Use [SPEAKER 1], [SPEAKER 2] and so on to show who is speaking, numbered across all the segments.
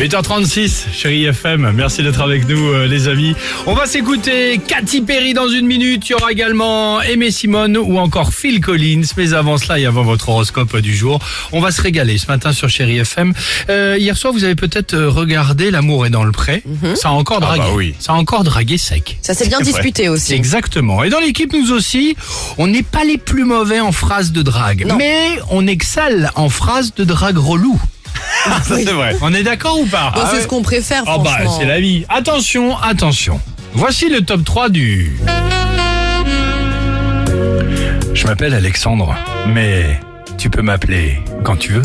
[SPEAKER 1] 8h36, chérie FM, merci d'être avec nous euh, les amis. On va s'écouter Katy Perry dans une minute, il y aura également Aimé Simone ou encore Phil Collins, mais avant cela et avant votre horoscope du jour, on va se régaler ce matin sur chérie FM. Euh, hier soir, vous avez peut-être euh, regardé L'amour est dans le pré,
[SPEAKER 2] Mhm.
[SPEAKER 1] ça a
[SPEAKER 2] Ah,
[SPEAKER 1] encore dragué,
[SPEAKER 3] bah oui.
[SPEAKER 1] ça a encore dragué sec.
[SPEAKER 2] Ça s'est bien
[SPEAKER 3] C'est vrai.
[SPEAKER 2] disputé aussi.
[SPEAKER 1] Exactement. Et dans l'équipe, nous aussi, on n'est pas les plus mauvais en phrases de drague,
[SPEAKER 2] Non.
[SPEAKER 1] mais on excelle en phrases de drague relou.
[SPEAKER 3] Ça, c'est vrai.
[SPEAKER 1] On est d'accord ou pas
[SPEAKER 2] Bon,
[SPEAKER 1] Ah
[SPEAKER 2] c'est
[SPEAKER 1] ouais.
[SPEAKER 2] ce qu'on préfère,
[SPEAKER 1] Oh bah,
[SPEAKER 2] franchement.
[SPEAKER 1] c'est la vie. Attention, attention. Voici le top 3 du... Je m'appelle Alexandre, mais tu peux m'appeler quand tu veux.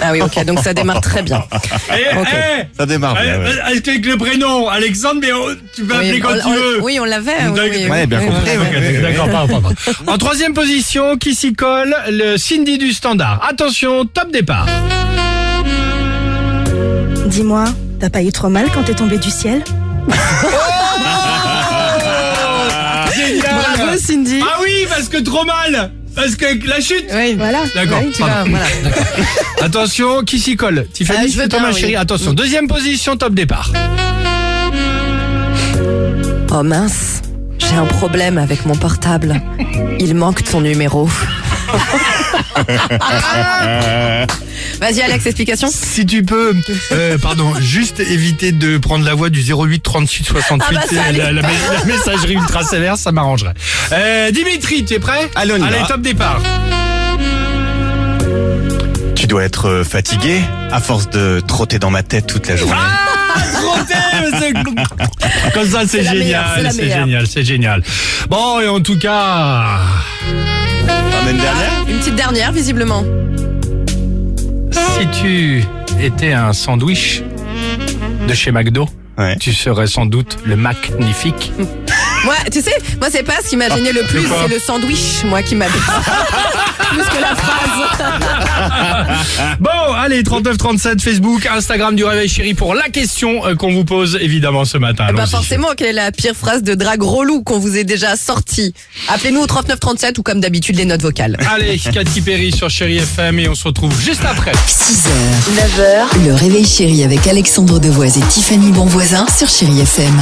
[SPEAKER 2] Ah oui, ok, donc ça démarre très bien.
[SPEAKER 1] Eh,
[SPEAKER 2] Ok.
[SPEAKER 3] Ça démarre bien. ouais.
[SPEAKER 1] Avec le prénom Alexandre, mais oh, tu peux
[SPEAKER 2] Oui, on- on- oui, on l'avait. oui,
[SPEAKER 1] Dingue.
[SPEAKER 2] oui, oui.
[SPEAKER 3] Ouais, bien
[SPEAKER 2] Oui,
[SPEAKER 3] compris.
[SPEAKER 2] oui, oui.
[SPEAKER 1] Ok, d'accord, pardon, pardon. En troisième position, qui s'y colle Le Cindy du Standard. Attention, top départ.
[SPEAKER 4] Dis-moi, t'as pas eu trop mal quand t'es tombé du ciel
[SPEAKER 2] Bravo, Cindy.
[SPEAKER 1] Ah oui, parce que trop mal Parce que la chute
[SPEAKER 2] Oui,
[SPEAKER 4] Voilà.
[SPEAKER 1] D'accord.
[SPEAKER 2] Oui, tu
[SPEAKER 1] pardon.
[SPEAKER 2] vas, voilà.
[SPEAKER 1] Attention, qui s'y colle Tiffany,
[SPEAKER 2] Ah, je veux
[SPEAKER 1] c'est toi,
[SPEAKER 2] bien,
[SPEAKER 1] ma
[SPEAKER 2] oui.
[SPEAKER 1] chérie. Attention, deuxième position, top départ.
[SPEAKER 2] Oh mince, j'ai un problème avec mon portable. Il manque ton numéro. Vas-y, Alex, explication.
[SPEAKER 1] Si tu peux, euh, pardon, juste éviter de prendre la voix du 08 36 68,
[SPEAKER 2] Ah bah, ça
[SPEAKER 1] euh, la, la- la messagerie ultra sévère, ça m'arrangerait. Euh, Dimitri, tu es prêt
[SPEAKER 3] Allez, on y
[SPEAKER 1] Allez,
[SPEAKER 3] va.
[SPEAKER 1] top départ.
[SPEAKER 3] Tu dois être euh, fatigué à force de trotter dans ma tête toute la journée.
[SPEAKER 1] Ah, trotté, mais c'est- Comme ça, c'est
[SPEAKER 2] la meilleure, c'est
[SPEAKER 1] génial,
[SPEAKER 2] la
[SPEAKER 1] c'est
[SPEAKER 2] meilleure.
[SPEAKER 1] génial, c'est génial. Bon, et en tout cas,
[SPEAKER 3] T'en as une dernière
[SPEAKER 2] Une petite dernière, visiblement.
[SPEAKER 1] si tu étais un sandwich de chez McDo,
[SPEAKER 3] Ouais.
[SPEAKER 1] tu serais sans doute le magnifique.
[SPEAKER 2] Moi, tu sais, moi, c'est pas ce qui m'a gêné le plus,
[SPEAKER 1] Ah, quoi
[SPEAKER 2] c'est le sandwich, moi, qui m'a plus que la phrase.
[SPEAKER 1] Bon, allez, 39-37, Facebook, Instagram du Réveil Chéri pour la question euh, qu'on vous pose évidemment ce matin.
[SPEAKER 2] Bah,
[SPEAKER 1] Allons-y.
[SPEAKER 2] forcément, quelle est la pire phrase de drague relou qu'on vous ait déjà sortie Appelez-nous au 3937 ou comme d'habitude, les notes vocales.
[SPEAKER 1] Allez, Cathy Perry sur Chéri FM et on se retrouve juste après.
[SPEAKER 5] 6h, 9h, le réveil chéri avec Alexandre Devoise et Tiffany Bonvoisin sur Chéri FM.